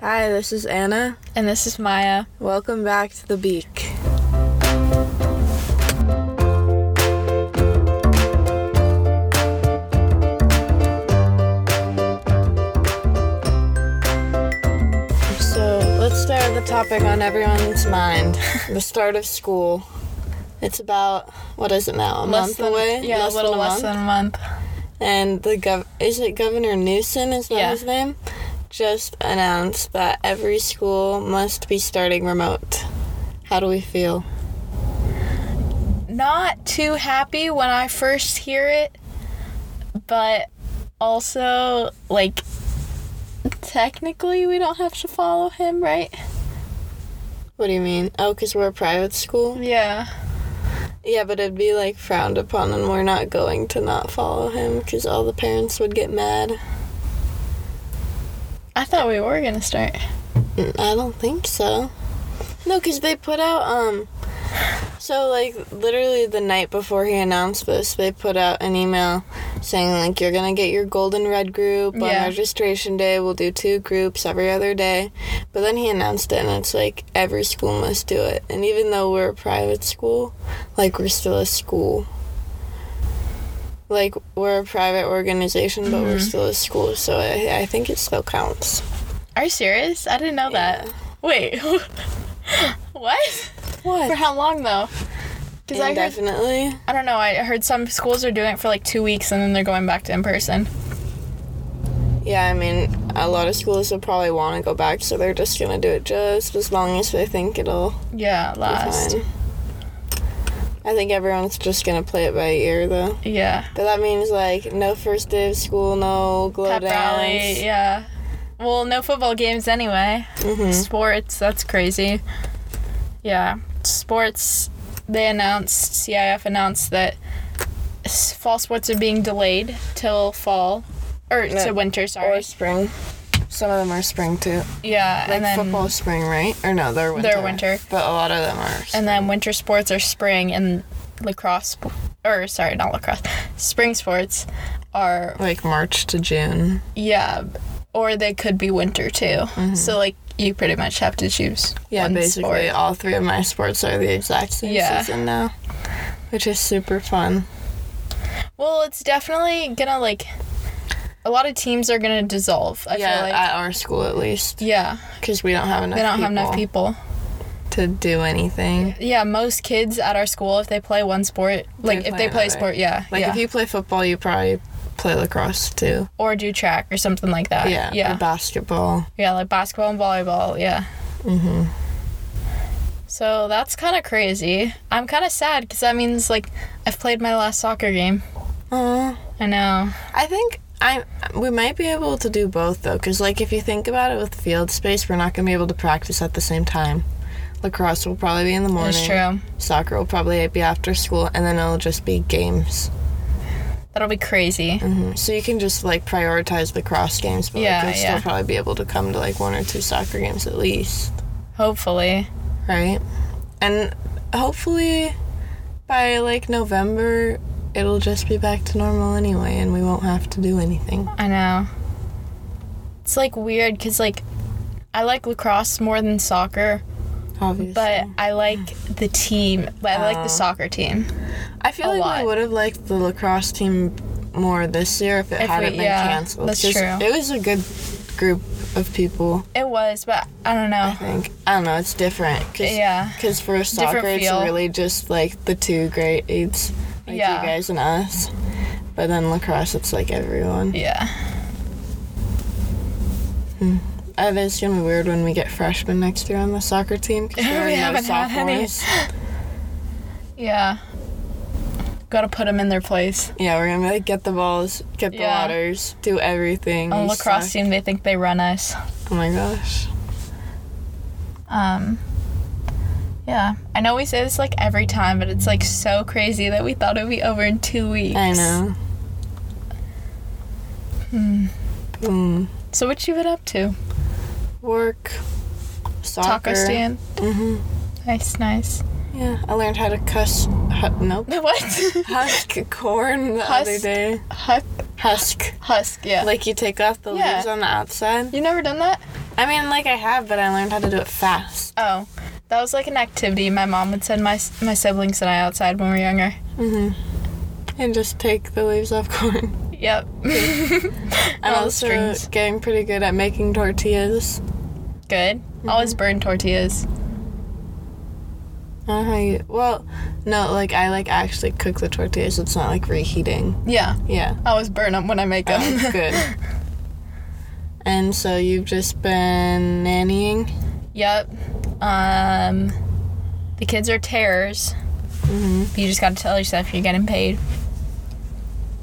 Hi, this is Anna. And this is Maya. Welcome back to The Beak. So let's start the topic on everyone's mind the start of school. It's about, what is it now, a month than, away? Yeah, Less a little than a month? less than a month. and the gov is it Governor Newsom is that Yeah. his name? Just announced that every school must be starting remote. How do we feel? Not too happy when I first hear it, but also, like, technically we don't have to follow him, right? What do you mean? Oh, because we're a private school? Yeah. Yeah, but it'd be like frowned upon, and we're not going to not follow him because all the parents would get mad. I thought we were gonna start. Mm, I don't think so. No, because they put out, um, so like literally the night before he announced this, they put out an email saying, like, you're gonna get your golden red group Yeah. on registration day. We'll do two groups every other day. But then he announced it, and it's like every school must do it. And even though we're a private school, like, we're still a school. Like, we're a private organization, but Mm-hmm. we're still a school, so I, I think it still counts. Are you serious? I didn't know that. Wait. what? What? For how long though? Because I heard Indefinitely. I don't know. I heard some schools are doing it for like two weeks and then they're going back to in person. Yeah, I mean, a lot of schools will probably want to go back, so they're just gonna do it just as long as they think it'll Yeah, be last. fine. I think everyone's just gonna play it by ear, though. Yeah. But that means like no first day of school, no glow Pep downs. rally. Yeah. Well, no football games anyway. Mm-hmm. Sports. That's crazy. Yeah. Sports. They announced. CIF announced that s- fall sports are being delayed till fall, or No, to winter. Sorry. Or spring. Some of them are spring too. yeah. Like and then football, spring, right? Or no, they're winter. They're winter. But a lot of them are. and then winter sports are spring and lacrosse. sp- Or sorry, not lacrosse. Spring sports are like March to June. Yeah, b- or they could be winter too. So like you pretty much have to choose. Mm-hmm. Yeah, one basically sport. all three of my sports are the exact same Yeah. season now, which is super fun. Well, it's definitely gonna like a lot of teams are gonna dissolve. I yeah, feel like. at our school at least, yeah, because we don't have enough. they don't have enough people. to do anything. Yeah, most kids at our school, if they play one sport, like if play they play a another. sport, yeah, Like yeah, if you play football, you probably play lacrosse too. or do track or something like that. Yeah, yeah, Or basketball. yeah, like basketball and volleyball. Yeah. Mhm. Mm-hmm. So that's kind of crazy. I'm kind of sad because that means like I've played my last soccer game. Aw. I know. I think I we might be able to do both though, because like if you think about it, with field space, we're not gonna be able to practice at the same time. Lacrosse will probably be in the morning. That's true. Soccer will probably be after school, and then it'll just be games. That'll be crazy. So you can just like prioritize the cross games, but Mm-hmm. Yeah, like, you'll yeah. still probably be able to come to like one or two soccer games at least, Hopefully. right? And hopefully by like November, it'll just be back to normal anyway, and we won't have to do anything. I know. It's like weird because, like, I like lacrosse more than soccer, Obviously, but I like the team. I Oh. like the soccer team. I feel a like lot. we would have liked the lacrosse team more this year if it If hadn't we- been yeah, canceled. that's 'cause true. It was a good group of people. It was, but I don't know. I think I don't know. It's different. Cause, Yeah. Because for soccer, it's feel. really just like the two grades, like Yeah. you guys and us. But then lacrosse, it's like everyone. Yeah. Uh, It is gonna be weird when we get freshmen next year on the soccer team because there are We no haven't had any. sophomores. Yeah. Gotta put them in their place. Yeah, we're gonna be like get the balls, get the Yeah. waters, do everything. On You lacrosse suck. team, they think they run us. Oh my gosh. Um. Yeah, I know we say this like every time, but it's like so crazy that we thought it would be over in two weeks. I know. Hmm. Boom. So what you been up to? Work. Soccer. Taco stand. Mm-hmm. Nice, nice. Yeah, I learned how to cuss. Hu- nope. What? husk corn the other Husk. day. Husk. Husk. Husk, yeah. Like you take off the Yeah. leaves on the outside. you never done that? I mean, like I have, but I learned how to do it fast. Oh, that was like an activity my mom would send my my siblings and I outside when we were younger. And just take the leaves off corn. Yep. I'm all the also strings. getting pretty good at making tortillas. Good. Always burn tortillas. I don't know Uh, how you. Well, no, like I like actually cook the tortillas. It's not like reheating. Yeah. Yeah, I always burn them when I make them. that's good. And so you've just been nannying. Yep. Um, the kids are terrors. You just got to tell yourself you're getting paid.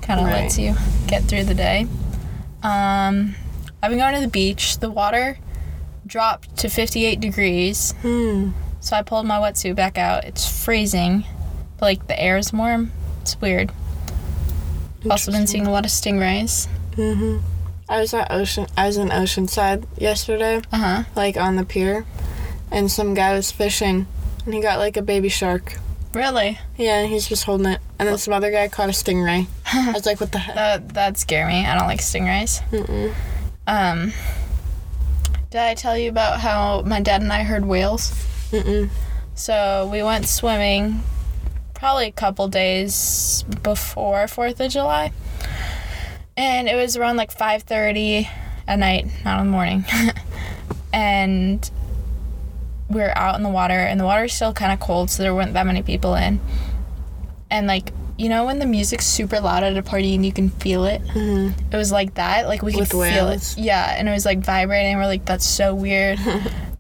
Kind of Right. lets you get through the day. Um, I've been going to the beach. The water dropped to 58 degrees, Hmm. so I pulled my wetsuit back out. It's freezing, but like the air is warm. It's weird. Also been seeing a lot of stingrays. Mhm. I was at ocean. I was in Oceanside yesterday, Uh huh. like on the pier, and some guy was fishing, and he got like a baby shark. Really? Yeah, and he's just holding it. And then some other guy caught a stingray. I was like, what the heck? That that scare me. I don't like stingrays. Mm-mm. Um, did I tell you about how my dad and I heard whales? Mm-mm. So we went swimming probably a couple days before 4th of July. And it was around like 5:30 at night, not in the morning. and we were out in the water and the water's still kind of cold, so there weren't that many people in. And like, you know when the music's super loud at a party and you can feel it? Mm-hmm. It was like that. Like we With could feel it. whales? Yeah, and it was like vibrating. We're like, that's so weird.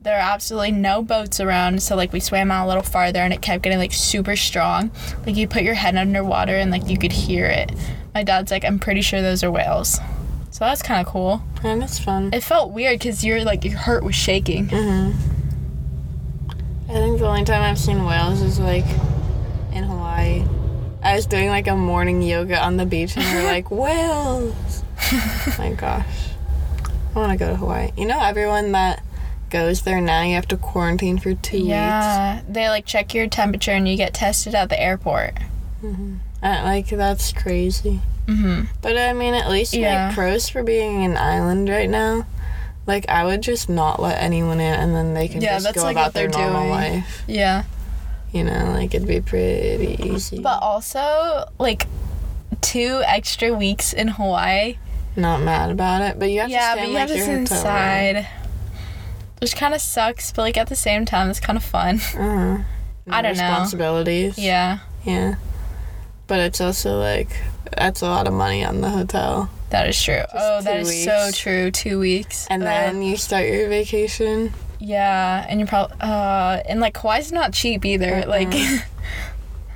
there are absolutely no boats around, so like we swam out a little farther, and it kept getting like super strong. Like you put your head underwater, and like you could hear it. My dad's like, I'm pretty sure those are whales. So that's kind of cool. And it's fun. It felt weird because you're like your heart was shaking. Mm-hmm. I think the only time I've seen whales is like in Hawaii. I was doing like a morning yoga on the beach and we were like, whales! My gosh. I want to go to Hawaii. You know, everyone that goes there now, you have to quarantine for two weeks. Yeah, they like check your temperature, and you get tested at the airport. Uh, like, that's crazy. Mhm. But I mean, at least Yeah. make pros for being an island right now. Like, I would just not let anyone in and then they can Yeah, just that's, go like, what about their they're normal doing. life. Yeah. You know, like, it'd be pretty easy. But also, like, two extra weeks in Hawaii. not mad about it, but you have yeah, to stay but in, you like, have to your sit hotel inside. Which kind of sucks, but like at the same time, it's kind of fun. room. Uh-huh. I don't know. responsibilities. Yeah, Yeah. But it's also like that's a lot of money on the hotel. that is true. oh, that two is so weeks. true. Two weeks. And then you start your vacation. yeah, and you're probably uh, and like Hawaii's not cheap either. Like,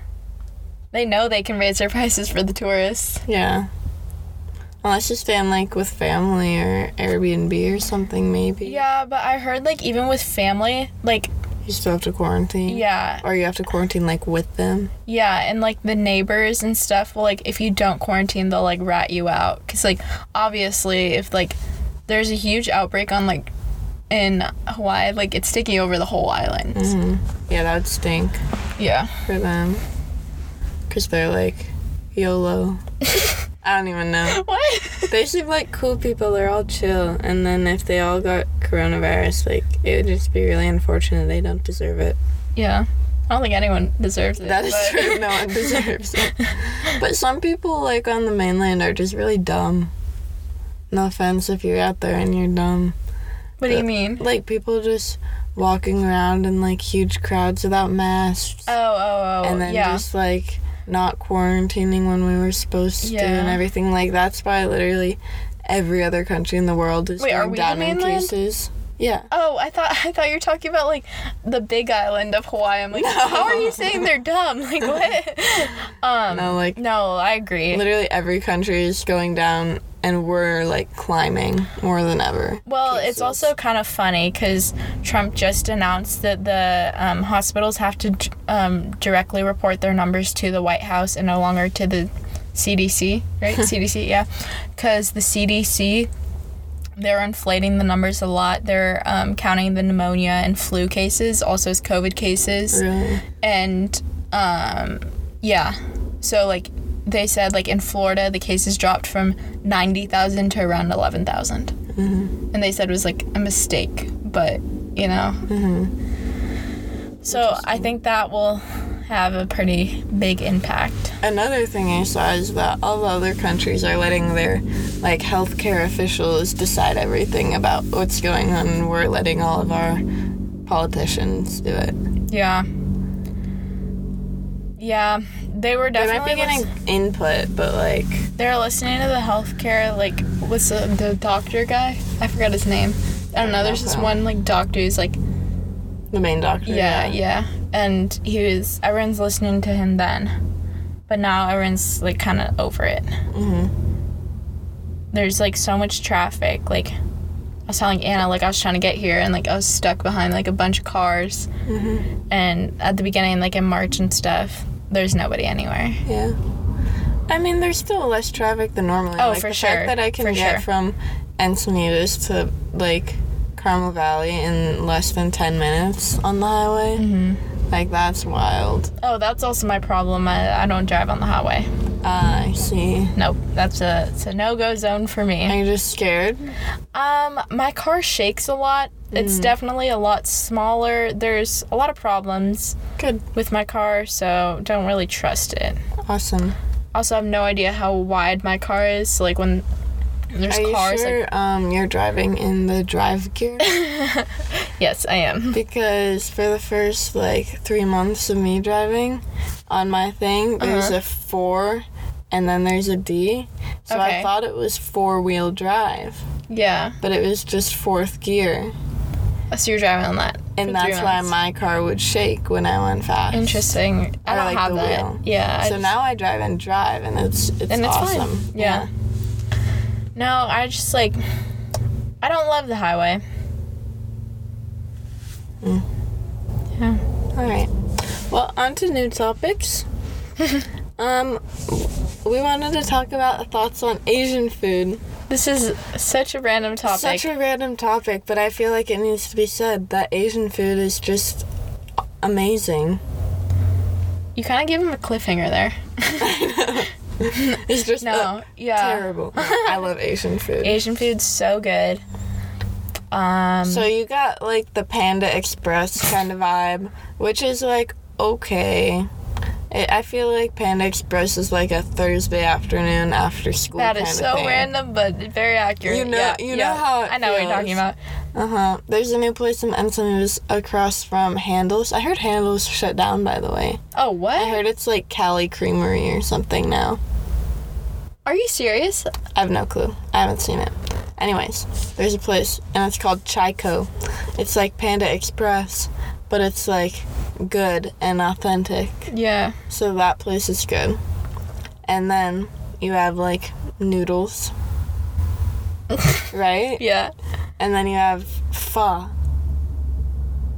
they know they can raise their prices for the tourists. Yeah. Unless you stay in like with family or Airbnb or something maybe. Yeah, but I heard like even with family, like You still have to quarantine. yeah, Or you have to quarantine like with them. Yeah, and like the neighbors and stuff will like if you don't quarantine, they'll like rat you out. Cause like obviously, if like there's a huge outbreak on like in Hawaii, like it's taking over the whole island. Mm-hmm. Yeah, that would stink Yeah, for them. Cause they're like YOLO. I don't even know. what? They seem like cool people. They're all chill. And then if they all got coronavirus, like, it would just be really unfortunate. They don't deserve it. yeah, I don't think anyone deserves it. That is but- true. No one deserves it. But some people, like, on the mainland are just really dumb. No offense if you're out there and you're dumb. What do you mean? Like, people just walking around in, like, huge crowds without masks. Oh, oh, oh. and then yeah. just, like, not quarantining when we were supposed to and Yeah. everything. Like, that's why literally every other country in the world is Wait, are going we the down in mainland? cases. Yeah. Oh, I thought I thought you were talking about like the Big Island of Hawaii. I'm like, how are you saying they're dumb? Like what? um, No, like no, I agree. literally every country is going down, and we're like climbing more than ever. Well, it's also kind of funny because Trump just announced that the um, hospitals have to d- um, directly report their numbers to the White House and no longer to the CDC, right? CDC, yeah. Because the CDC, they're inflating the numbers a lot. They're um, counting the pneumonia and flu cases, also as COVID cases Really? and um, yeah so like they said like in florida the cases dropped from 90000 to around 11000 Mm-hmm. and they said it was like a mistake, but you know. Mm-hmm. So I think that will have a pretty big impact. Another thing I saw is that all the other countries are letting their like healthcare officials decide everything about what's going on and we're letting all of our politicians do it. Yeah. Yeah, they were They definitely might be getting input, but like They're listening to the healthcare, like, what's the, the doctor guy? I forgot his name. I don't know. There's this Okay. one, like, doctor who's like, the main doctor. yeah, yeah. And he was, everyone's listening to him then. But now everyone's, like, kind of over it. Mhm. There's, like, so much traffic. Like, I was telling Anna, like, I was trying to get here and, like, I was stuck behind, like, a bunch of cars. Mhm. And at the beginning, like, in March and stuff, there's nobody anywhere. Yeah. I mean, there's still less traffic than normally. Oh, like, for the sure, fact that I can for get sure. from Encinitas to like Carmel Valley in less than ten minutes on the highway, Mm-hmm. like that's wild. Oh, that's also my problem. I, I don't drive on the highway. I see. Nope, that's a it's a no go zone for me. Are you just scared? Um, my car shakes a lot. Mm. It's definitely a lot smaller. There's a lot of problems Good. with my car, so don't really trust it. Awesome. Also, I have no idea how wide my car is. So, like when there's Are you cars, sure like um, you're driving in the drive gear? yes, I am. because for the first like three months of me driving on my thing Uh-huh. there's a four and then there's a d so Okay. i thought it was four wheel drive Yeah, but it was just fourth gear so you're driving on that. for and three that's why months. my car would shake when i went fast Interesting. I Or, don't like, have the that. wheel. Yeah. I so just- now i drive and drive and it's it's, and it's awesome fine. Yeah. No, I just like I don't love the highway. Yeah. All right. Well, on to new topics. um, we wanted to talk about thoughts on Asian food. This is such a random topic. Such a random topic, but I feel like it needs to be said that Asian food is just amazing. you kind of gave him a cliffhanger there. It's just No, uh, yeah. terrible. No, I love Asian food. Asian food's so good. Um, So you got like the Panda Express kind of vibe, which is like okay. I I feel like Panda Express is like a Thursday afternoon after school. that is kinda so thing. random, but very accurate. You know- Yeah, you know yeah. how it I know what you're feels. talking about. Uh huh. There's a new place in Encinitas across from Handles. I heard Handles shut down, by the way. Oh, what? I heard it's like Cali Creamery or something now. Are you serious? I have no clue. I haven't seen it. Anyways, there's a place and it's called Chico. It's like Panda Express, but it's like good and authentic. Yeah. So that place is good. And then you have like noodles. right? Yeah. And then you have pho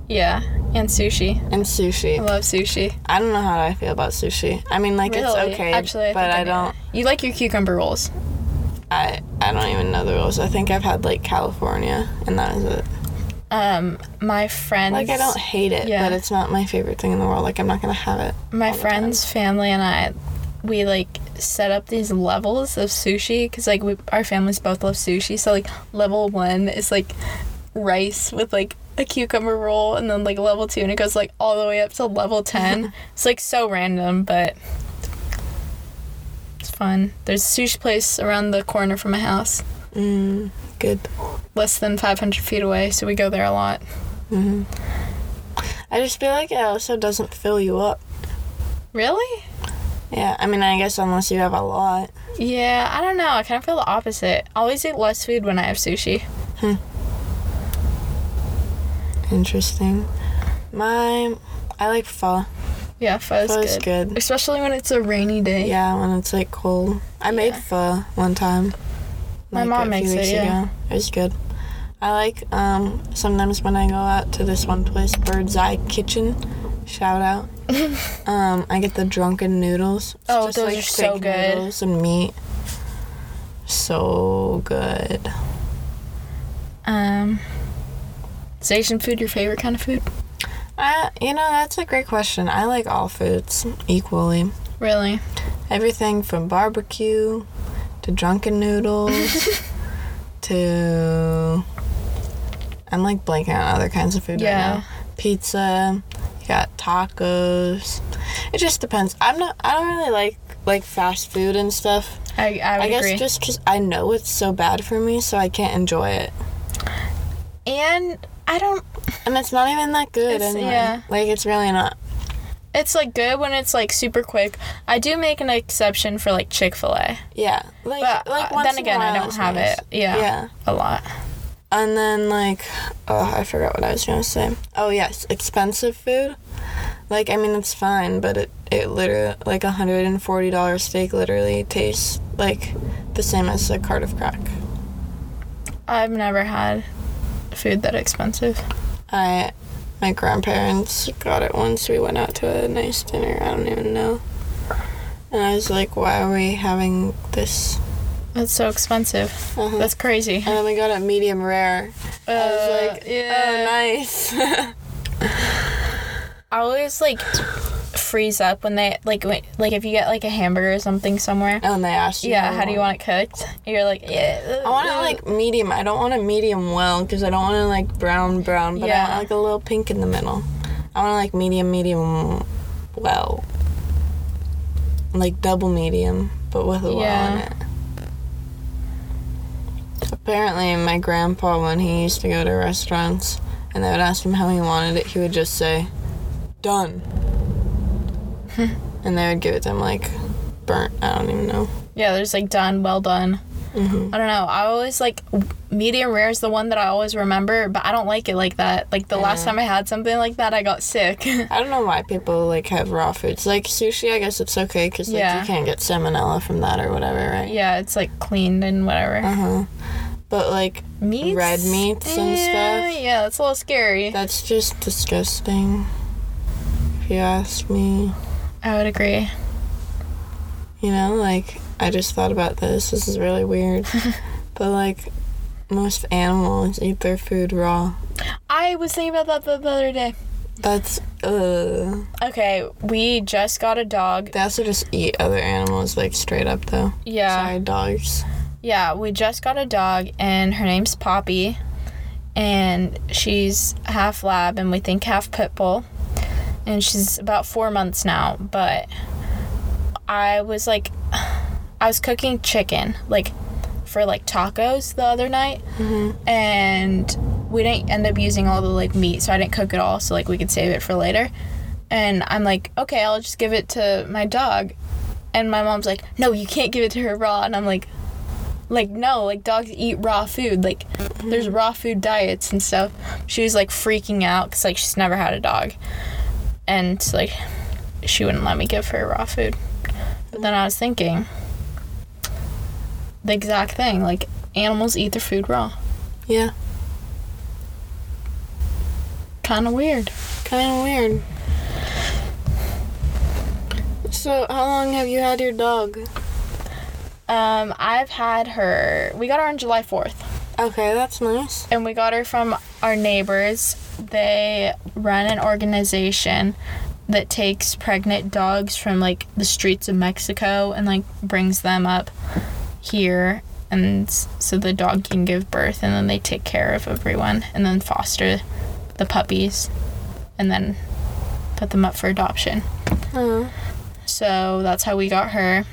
Yeah. And sushi. and sushi. I love sushi. I don't know how I feel about sushi. I mean, like Really? it's okay, Actually, I but think I, knew don't. that. You like your cucumber rolls. I I don't even know the rules. I think I've had like California, and that is it. Um, my friends. Like I don't hate it, Yeah. but it's not my favorite thing in the world. Like I'm not gonna have it. my friend's family and I, we like set up these levels of sushi because like we, our families both love sushi. So like level one is like rice with like a cucumber roll, and then like level two, and it goes like all the way up to level ten. it's like so random, but it's fun. There's a sushi place around the corner from my house, Mm, good. less than 500 feet away, so we go there a lot. I just feel like it also doesn't fill you up. Really? Yeah, I mean, I guess unless you have a lot. Yeah, I don't know. I kind of feel the opposite. I always eat less food when I have sushi. Interesting. My, I like pho. Yeah, pho is Pho good. is good. Especially when it's a rainy day. Yeah, when it's like cold. I made Yeah. pho one time. My mom makes it, yeah. ago. It was good. I like um sometimes when I go out to this one place, Bird's Eye Kitchen, shout out. um, I get the drunken noodles. It's Oh, those are so thick good. Noodles and meat. So good. Um, is Asian food your favorite kind of food? Uh, you know that's a great question. I like all foods equally. Really? Everything from barbecue to drunken noodles to. I'm like blanking on other kinds of food Yeah. right now. Pizza. You got tacos. It just depends. I'm not. I don't really like like fast food and stuff. I, I would I guess agree. just because I know it's so bad for me, so I can't enjoy it. and I don't. And it's not even that good It's- anyway. yeah. Like it's really not. It's like good when it's like super quick. I do make an exception for like Chick Fil A, Yeah. Like but like uh, once then in a again, I while don't it's have nice. it. Yeah, Yeah. a lot. And then like, oh, I forgot what I was gonna say. Oh yes, expensive food. Like I mean, it's fine, but it it literally like a hundred and forty dollar steak literally tastes like the same as a cart of crack. I've never had food that expensive. I my grandparents got it once. We went out to a nice dinner. I don't even know. And I was like, why are we having this? That's so expensive. Uh-huh. That's crazy. and then we got it medium rare. I was Uh, like, yeah. oh, nice. I always like freeze up when they like when, like if you get like a hamburger or something somewhere. and they asked you. Yeah, for how do you more. want it cooked? You're like, yeah. I want it like medium. I don't want it medium well because I don't want it like brown, brown, but I Yeah. want like a little pink in the middle. I want it like medium, medium well. Like double medium, but with a well on Yeah. it. Apparently, my grandpa, when he used to go to restaurants and they would ask him how he wanted it, he would just say, done. and they would give it to him like burnt. I don't even know. Yeah, there's like done, well done. Mm-hmm. I don't know. I always like medium rare is the one that I always remember, but I don't like it like that. Like the last time I had something like that, I got sick. I don't know why people like have raw foods. Like sushi, I guess it's okay because like Yeah. you can't get salmonella from that or whatever, right? yeah, it's like cleaned and whatever. Uh huh. But like Meats? red meats and yeah, stuff. Yeah, that's a little scary. that's just disgusting. If you ask me, I would agree. you know, like I just thought about this. This is really weird. but like most animals eat their food raw. I was thinking about that the, the other day. That's uh. Okay, we just got a dog. They also just eat other animals like straight up though. Yeah. Sorry, dogs. Yeah, we just got a dog, and her name's Poppy, and she's half lab and we think half pit bull, and she's about four months now. But I was like, I was cooking chicken, like for like tacos the other night, and we didn't end up using all the like meat, so I didn't cook it all, so like we could save it for later. And I'm like, okay, I'll just give it to my dog. And my mom's like, no, you can't give it to her raw. And I'm like, like no like dogs eat raw food like there's raw food diets and stuff she was like freaking out because like she's never had a dog and like she wouldn't let me give her raw food but then i was thinking the exact thing like animals eat their food raw Yeah. kind of weird Kind of weird. So, how long have you had your dog? um i've had her we got her on july 4th Okay, that's nice. and we got her from our neighbors. They run an organization that takes pregnant dogs from like the streets of Mexico and like brings them up here and s- so the dog can give birth and then they take care of everyone and then foster the puppies and then put them up for adoption. Oh, So that's how we got her.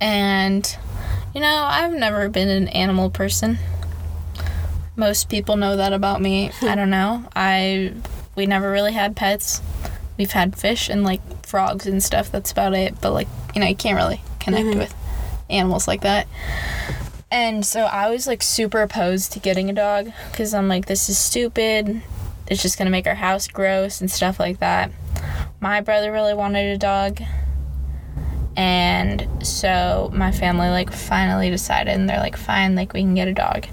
And, you know, I've never been an animal person. Most people know that about me. I don't know. I we never really had pets. We've had fish and like frogs and stuff. That's about it. But like, you know, you can't really connect with animals like that. And so I was like super opposed to getting a dog because I'm like, this is stupid. It's just gonna make our house gross and stuff like that. My brother really wanted a dog. And so my family like finally decided and they're like, fine, like we can get a dog.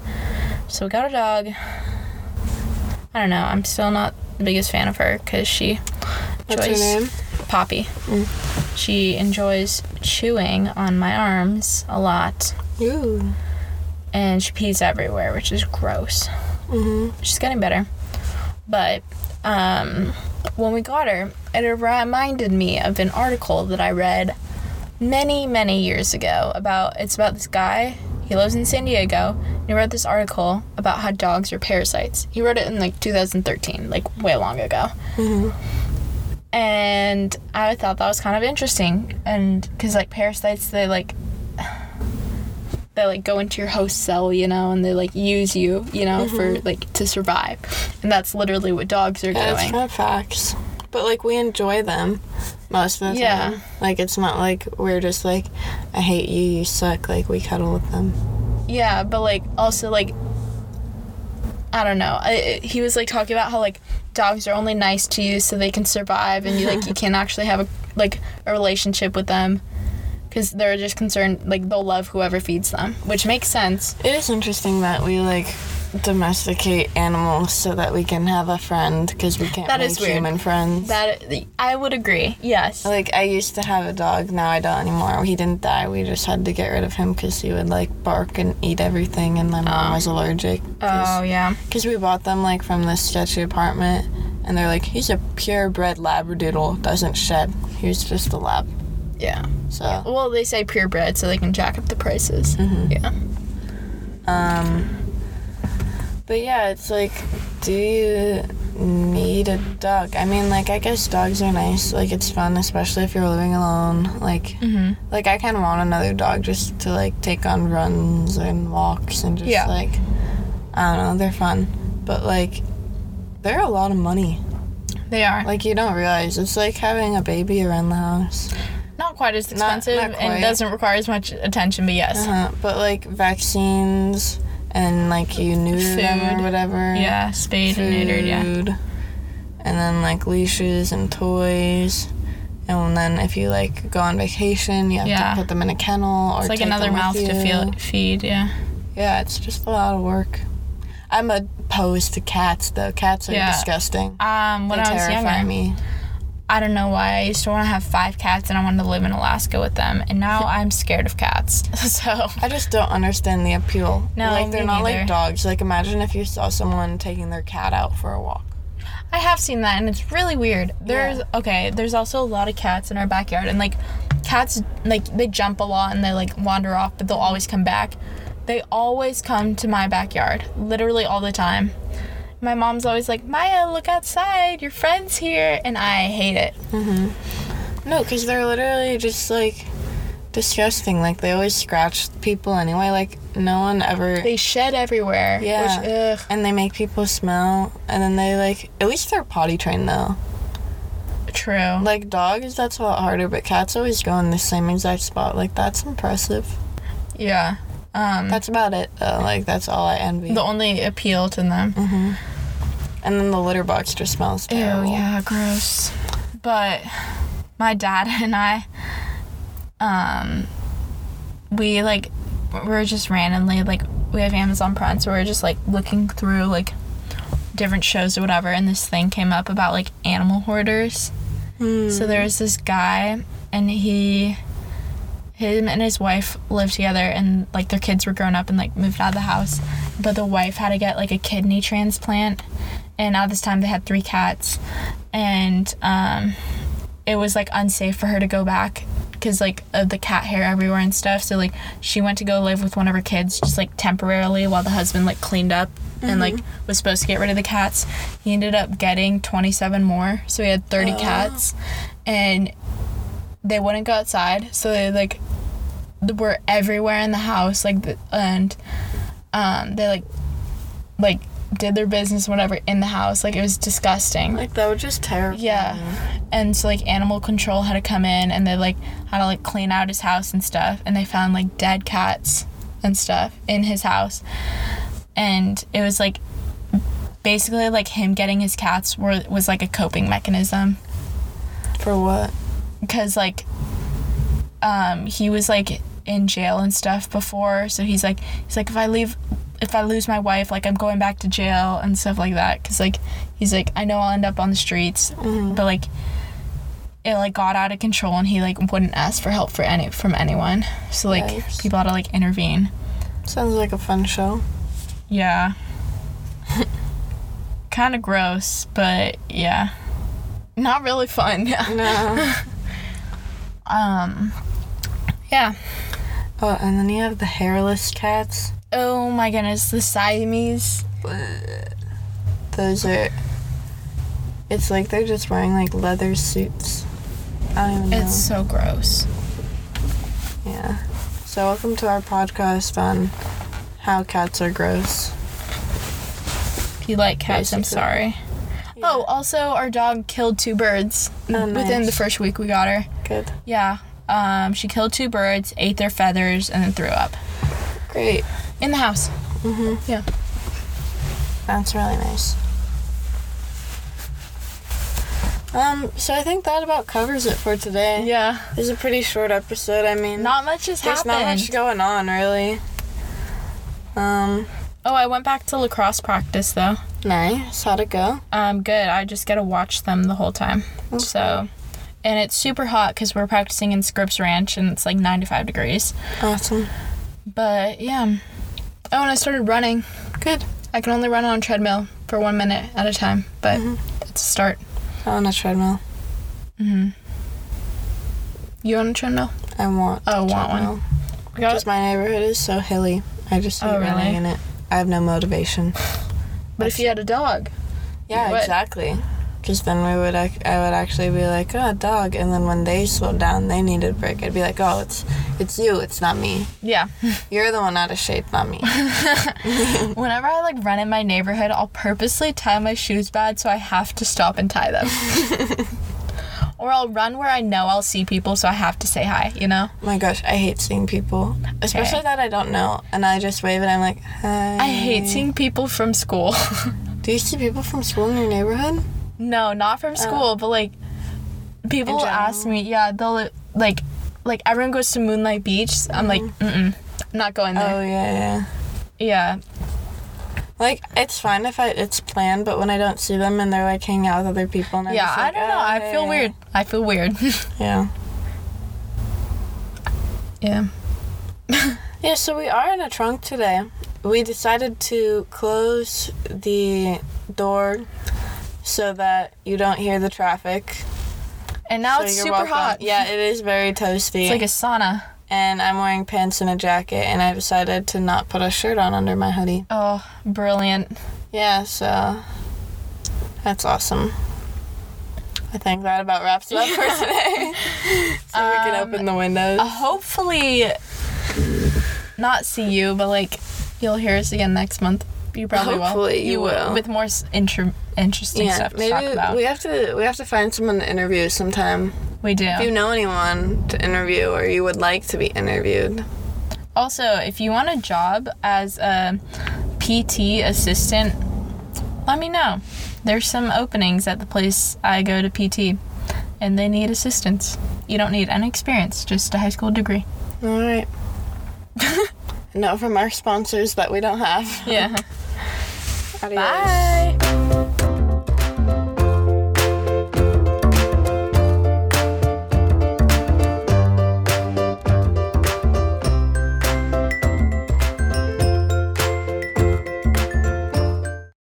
So we got a dog. I don't know. I'm still not the biggest fan of her because she. what's her enjoys- name? Mm. Poppy. She enjoys chewing on my arms a lot, Ooh. and she pees everywhere, which is gross. Mhm. She's getting better. But um, when we got her, it reminded me of an article that I read many, many years ago about it's about this guy. He lives in San Diego. And he wrote this article about how dogs are parasites. He wrote it in like 2013, like way long ago. And I thought that was kind of interesting, and because like parasites, they like they like go into your host cell, you know, and they like use you, you know, for like to survive. And that's literally what dogs are Yeah, it's doing. not facts. But like we enjoy them most of the Yeah. time. Like it's not like we're just like, I hate you, you suck. Like we cuddle with them. Yeah, but like also like I don't know. I, I- he was like talking about how like dogs are only nice to you so they can survive, and you like you can't actually have a like a relationship with them because they're just concerned like they'll love whoever feeds them, which makes sense. It is interesting that we like domesticate animals so that we can have a friend because we can't That make is weird. human friends. That I would agree. Yes. like I used to have a dog, now I don't anymore. He didn't die. We just had to get rid of him because he would like bark and eat everything, and my mom was allergic. Oh yeah. Because we bought them like from this sketchy apartment, and they're like, he's a purebred labradoodle, doesn't shed. He's just a lab. Yeah. So, Well, they say purebred so they can jack up the prices. Mm-hmm. Yeah. um, but yeah, it's like, do you need a dog? I mean, like, I guess dogs are nice. Like, it's fun, especially if you're living alone. Like, Mm-hmm. like I kind of want another dog just to like take on runs and walks and just Yeah. like, I don't know, they're fun. But like, they're a lot of money. They are Like you don't realize it's like having a baby around the house. not quite as expensive not quite. and doesn't require as much attention, but yes. Uh-huh. But like vaccines and like you neuter them or Food. whatever. Yeah, spayed Food. and neutered. Yeah. And then like leashes and toys. And then if you like go on vacation, you have Yeah. to put them in a kennel or It's like take another them with mouth to you. feel, feed, yeah. Yeah, it's just a lot of work. I'm opposed to cats though. Cats are Yeah. disgusting. Um, when they I was terrify younger, me. I don't know why I used to want to have five cats and I wanted to live in Alaska with them, and now I'm scared of cats. So I just don't understand the appeal. No, like they're me not neither. like dogs. Like imagine if you saw someone taking their cat out for a walk. I have seen that, and it's really weird. There's okay. There's also a lot of cats in our backyard, and like cats, like they jump a lot and they like wander off, but they'll always come back. They always come to my backyard, literally all the time. My mom's always like, Maya, look outside. Your friend's here, and I hate it. No, because they're literally just like disgusting. Like they always scratch people anyway. Like no one ever. They shed everywhere. yeah. Which, ugh. And they make people smell. And then they like at least they're potty trained though. True. Like dogs, that's a lot harder. But cats always go in the same exact spot. Like that's impressive. Yeah. Um, That's about it though. Like that's all I envy. the only appeal to them. and then the litter box just smells terrible. Ew, yeah, gross. But my dad and I, um, we like, we're just randomly like, we have Amazon Prime, so we're just like looking through like different shows or whatever, and this thing came up about like animal hoarders. So there was this guy, and he, him and his wife lived together, and like their kids were grown up and like moved out of the house, but the wife had to get like a kidney transplant, and at this time they had three cats, and um, it was like unsafe for her to go back because like of the cat hair everywhere and stuff. So like she went to go live with one of her kids just like temporarily while the husband like cleaned up. And like was supposed to get rid of the cats. He ended up getting 27 more, so he had 30 cats. And they wouldn't go outside, so they like th- were everywhere in the house, like th- and um, they like like did their business whatever in the house. Like it was disgusting. Like that would just terrify. Yeah, and so like animal control had to come in, and they like had to like clean out his house and stuff, and they found like dead cats and stuff in his house, and it was like basically like him getting his cats were was like a coping mechanism For what? because like um he was like in jail and stuff before so he's like he's like if i leave if i lose my wife like i'm going back to jail and stuff like that because like he's like i know i'll end up on the streets but like it like got out of control and he like wouldn't ask for help for any from anyone so like Yikes. people had to like intervene Sounds like a fun show. yeah kind of gross but yeah not really fun No. um yeah Oh, and then you have the hairless cats. Oh my goodness, the Siamese. Those are. It's like they're just wearing like leather suits. I don't even know. It's so gross. Yeah. So, welcome to our podcast on how cats are gross. If you like cats, I'm Basically. sorry. Oh, also, our dog killed two birds Oh, within nice. the first week we got her. Good. Yeah. Um, she killed two birds, ate their feathers, and then threw up Great. in the house. Mm-hmm. Yeah. That's really nice. Um, so I think that about covers it for today. Yeah. It was a pretty short episode. I mean, Not much has there's happened. not much going on really. Um, oh, I went back to lacrosse practice though. nice. How'd it go? Um, good. I just gotta watch them the whole time. So, and it's super hot because we're practicing in Scripps Ranch and it's like 95 degrees. Awesome. But yeah. Oh, and I started running. Good. I can only run on a treadmill for one minute at a time, but it's a start. Mm-hmm. Mm-hmm. On a treadmill. You on a treadmill? I want. Oh, a want one. treadmill. I got Just my neighborhood is so hilly. I just hate Oh, really? running in it. I have no motivation. But if you had a dog, Yeah, What? exactly. Just then we would ac- I would actually be like, oh, dog. And then when they slowed down, they needed a break. I'd be like, oh, it's it's you, it's not me. yeah. You're the one out of shape, not me. Oh Whenever I like run in my neighborhood, I'll purposely tie my shoes bad so I have to stop and tie them. or I'll run where I know I'll see people so I have to say hi, you know? Oh my gosh, I hate seeing people, especially that I don't know. And I just wave and I'm like, hi. I hate seeing people from school. Do you see people from school in your neighborhood? no, not Uh, from school, but like people will ask me, yeah, they'll like like everyone goes to Moonlight Beach. I'm like, mm-mm, not going there. Mm-hmm. Oh yeah, yeah. yeah. Like it's fine if I it's planned, but when I don't see them and they're like hanging out with other people, and I'm Yeah, just I like, don't know. I "Oh, feel yeah." weird. I feel weird. Yeah. yeah. Yeah, so we are in a trunk today. We decided to close the door so that you don't hear the traffic. And now So it's you're super welcome. hot. Yeah, it is very toasty. It's like a sauna. and I'm wearing pants and a jacket, and I decided to not put a shirt on under my hoodie. Oh, brilliant. Yeah, so that's awesome. I think that about wraps it up for today. Um, oh, so we can open the windows. hopefully not see you, but like you'll hear us again next month. You probably Hopefully will. you will. with more s- inter- interesting yeah, stuff to talk maybe about. we We, have to we have to find someone to interview sometime. do. If you know anyone to interview or you would like to be interviewed, also, if you want a job as a PT assistant, let me know. There's some openings at the place I go to PT, and they need assistants. You don't need any experience, just a high school degree. all right. Note from our sponsors that we don't have. Yeah. Adios. Bye.